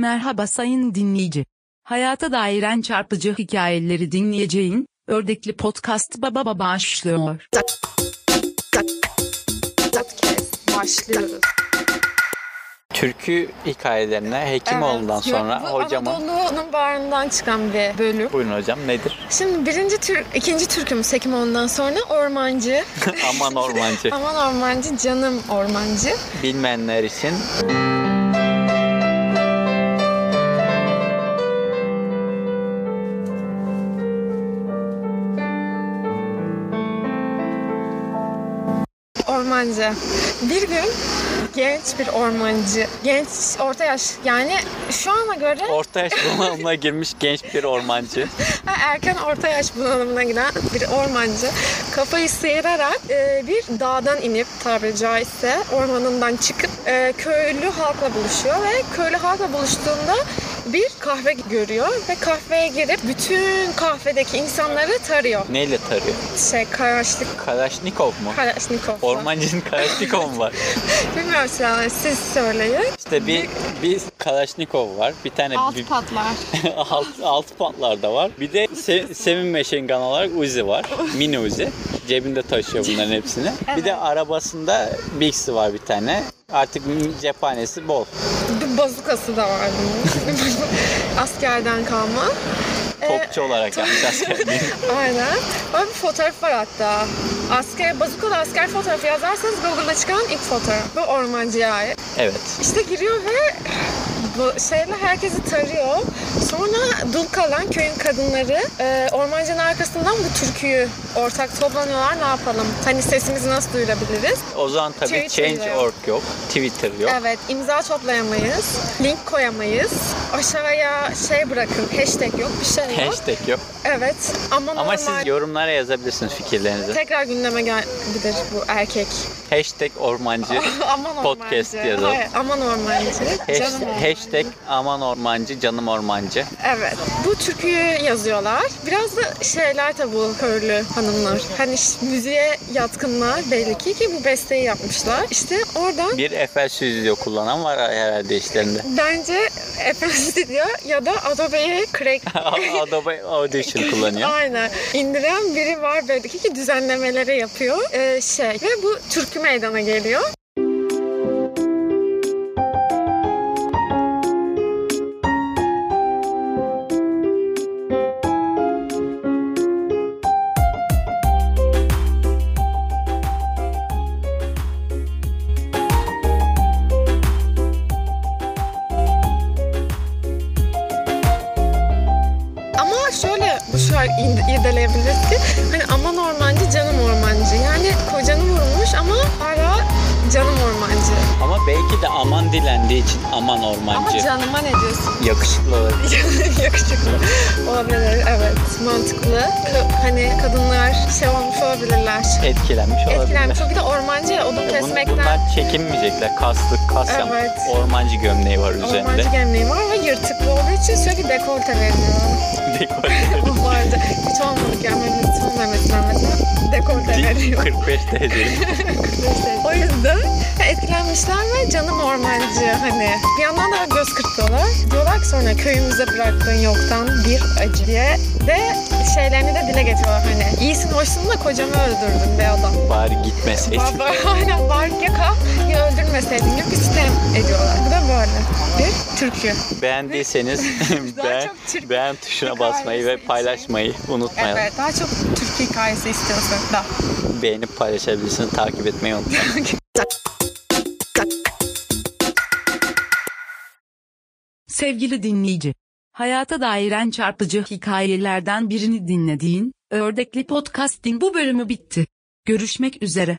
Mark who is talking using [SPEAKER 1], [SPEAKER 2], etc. [SPEAKER 1] Merhaba sayın dinleyici. Hayata dairen çarpıcı hikayeleri dinleyeceğin Ördekli Podcast Baba Baba başlıyor.
[SPEAKER 2] Podcast başlıyoruz.
[SPEAKER 3] Türkü hikayelerine Hekimoğlu'ndan
[SPEAKER 2] Evet,
[SPEAKER 3] sonra
[SPEAKER 2] bu
[SPEAKER 3] hocamın...
[SPEAKER 2] Anadolu'nun bağrından çıkan bir bölüm.
[SPEAKER 3] Buyurun hocam nedir?
[SPEAKER 2] Şimdi birinci tür, ikinci türkümüz Hekimoğlu'ndan sonra Ormancı.
[SPEAKER 3] Aman Ormancı.
[SPEAKER 2] Aman Ormancı, canım Ormancı.
[SPEAKER 3] Bilmeyenler için
[SPEAKER 2] Ormancı. Bir gün genç bir ormancı, genç orta yaş yani şu ana göre
[SPEAKER 3] orta yaş bunalımına girmiş genç bir ormancı.
[SPEAKER 2] Ha, erken orta yaş bunalımına giden bir ormancı kafayı sıyırarak e, bir dağdan inip tabiri caizse ormanından çıkıp e, köylü halkla buluşuyor ve köylü halkla buluştuğunda bir kahve görüyor ve kahveye girip bütün kahvedeki insanları tarıyor.
[SPEAKER 3] Neyle tarıyor?
[SPEAKER 2] Şey karaşlık
[SPEAKER 3] Kalaşnikov mu?
[SPEAKER 2] Kalaşnikov'la.
[SPEAKER 3] Ormancının Kalaşnikov mu var?
[SPEAKER 2] Bilmiyorum silahları siz söyleyin.
[SPEAKER 3] İşte bir, bir Kalaşnikov var. Bir tane bir-
[SPEAKER 2] Alt patlar.
[SPEAKER 3] alt, alt patlar da var. Bir de se, Sevin Meşin Gun olarak Uzi var. Mini Uzi. Cebinde taşıyor bunların hepsini. Bir de arabasında Bix'i var bir tane. Artık cephanesi bol.
[SPEAKER 2] Bir bazukası da var bunun. Askerden kalma. Ee,
[SPEAKER 3] Topçu olarak yapmış askerliği.
[SPEAKER 2] Aynen. Böyle bir fotoğraf var hatta. Asker, bazukalı asker fotoğrafı yazarsanız Google'da çıkan ilk fotoğraf. Bu ormancıya ait.
[SPEAKER 3] evet.
[SPEAKER 2] İşte giriyor ve bu şeyle herkesi tarıyor. Sonra dul kalan köyün kadınları e, ormancının arkasından bu türküyü ortak toplanıyorlar ne yapalım? Hani sesimizi nasıl duyurabiliriz?
[SPEAKER 3] O zaman tabii
[SPEAKER 2] Twitter yok.
[SPEAKER 3] Change.org yok. Twitter yok.
[SPEAKER 2] Evet imza toplayamayız, link koyamayız. Aşağıya şey bırakın, hashtag yok, bir şey yok.
[SPEAKER 3] Hashtag yok.
[SPEAKER 2] Evet ama, normal...
[SPEAKER 3] Ama siz yorumlara yazabilirsiniz fikirlerinizi.
[SPEAKER 2] Tekrar gündeme gelebilir bu erkek.
[SPEAKER 3] Hashtag ormancı.
[SPEAKER 2] aman
[SPEAKER 3] Ee, Podcast
[SPEAKER 2] ormancı.
[SPEAKER 3] yazalım.
[SPEAKER 2] Hayır, aman ormancı. Canım
[SPEAKER 3] Hashtag,
[SPEAKER 2] ormancı.
[SPEAKER 3] hashtag aman ormancı, canım ormancı.
[SPEAKER 2] Evet. Bu türküyü yazıyorlar. Biraz da şeyler tabii bu köylü hanımlar. Hani ş- müziğe yatkınlar belli ki ki bu besteyi yapmışlar. İşte oradan
[SPEAKER 3] Bir Eiffel süzüğü kullanan var herhalde işlerinde.
[SPEAKER 2] bence Efendi diyor ya da Adobe'ye crack
[SPEAKER 3] Adobe Audition kullanıyor.
[SPEAKER 2] Aynen. İndiren biri var belli ki ki düzenlemeleri yapıyor. Ee, şey ve bu türkü meydana geliyor. Ama şöyle bu şarkı in- irdeleyebiliriz ki hani aman ormancı canım ormancı. Yani kocanı vurmuş ama hala canım ormancı.
[SPEAKER 3] Ama belki de aman dilendiği için aman ormancı.
[SPEAKER 2] Ama canıma ne diyorsun?
[SPEAKER 3] Yakışıklı olabilir.
[SPEAKER 2] Yakışıklı olabilir evet mantıklı. Ka- hani kadınlar şey olmuş olabilirler.
[SPEAKER 3] Etkilenmiş olabilir.
[SPEAKER 2] Etkilenmiş. O bir de ormancı ya odun
[SPEAKER 3] Bun-
[SPEAKER 2] kesmekten.
[SPEAKER 3] Bunlar çekinmeyecekler. Kaslı, kas yap-
[SPEAKER 2] Evet.
[SPEAKER 3] Ormancı gömleği var üzerinde.
[SPEAKER 2] Ormancı gömleği var ve yırtıklı olduğu için sürekli dekolte veriyor.
[SPEAKER 3] Dekolte.
[SPEAKER 2] Ormancı hiç olmadık yani Mehmet, son Mehmet Mehmet'e dekolte veriyor.
[SPEAKER 3] 45 derecelik.
[SPEAKER 2] O yüzden etkilenmişler ve canım ormancı hani. Bir yandan da göz kırpıyorlar. Diyorlar ki sonra köyümüze bıraktığın yoktan bir acı diye. De şeylerini de dile getiriyorlar hani. İyisin hoşsun da kocamı öldürdün be adam.
[SPEAKER 3] Bari gitmeseydin.
[SPEAKER 2] Baba aynen var ya kal ya öldürmeseydin gibi bir sitem ediyorlar. Bu da böyle bir türkü.
[SPEAKER 3] Beğendiyseniz beğen,
[SPEAKER 2] çok Türk
[SPEAKER 3] beğen tuşuna
[SPEAKER 2] Türk
[SPEAKER 3] basmayı ve
[SPEAKER 2] ailesi için.
[SPEAKER 3] paylaşmayı unutmayalım.
[SPEAKER 2] Evet daha çok türkü hikayesi istiyorsun da.
[SPEAKER 3] Beğenip paylaşabilirsiniz. Takip etmeyi unutmayın.
[SPEAKER 1] Sevgili dinleyici, hayata dairen çarpıcı hikayelerden birini dinlediğin Ördekli Podcast'in bu bölümü bitti. Görüşmek üzere.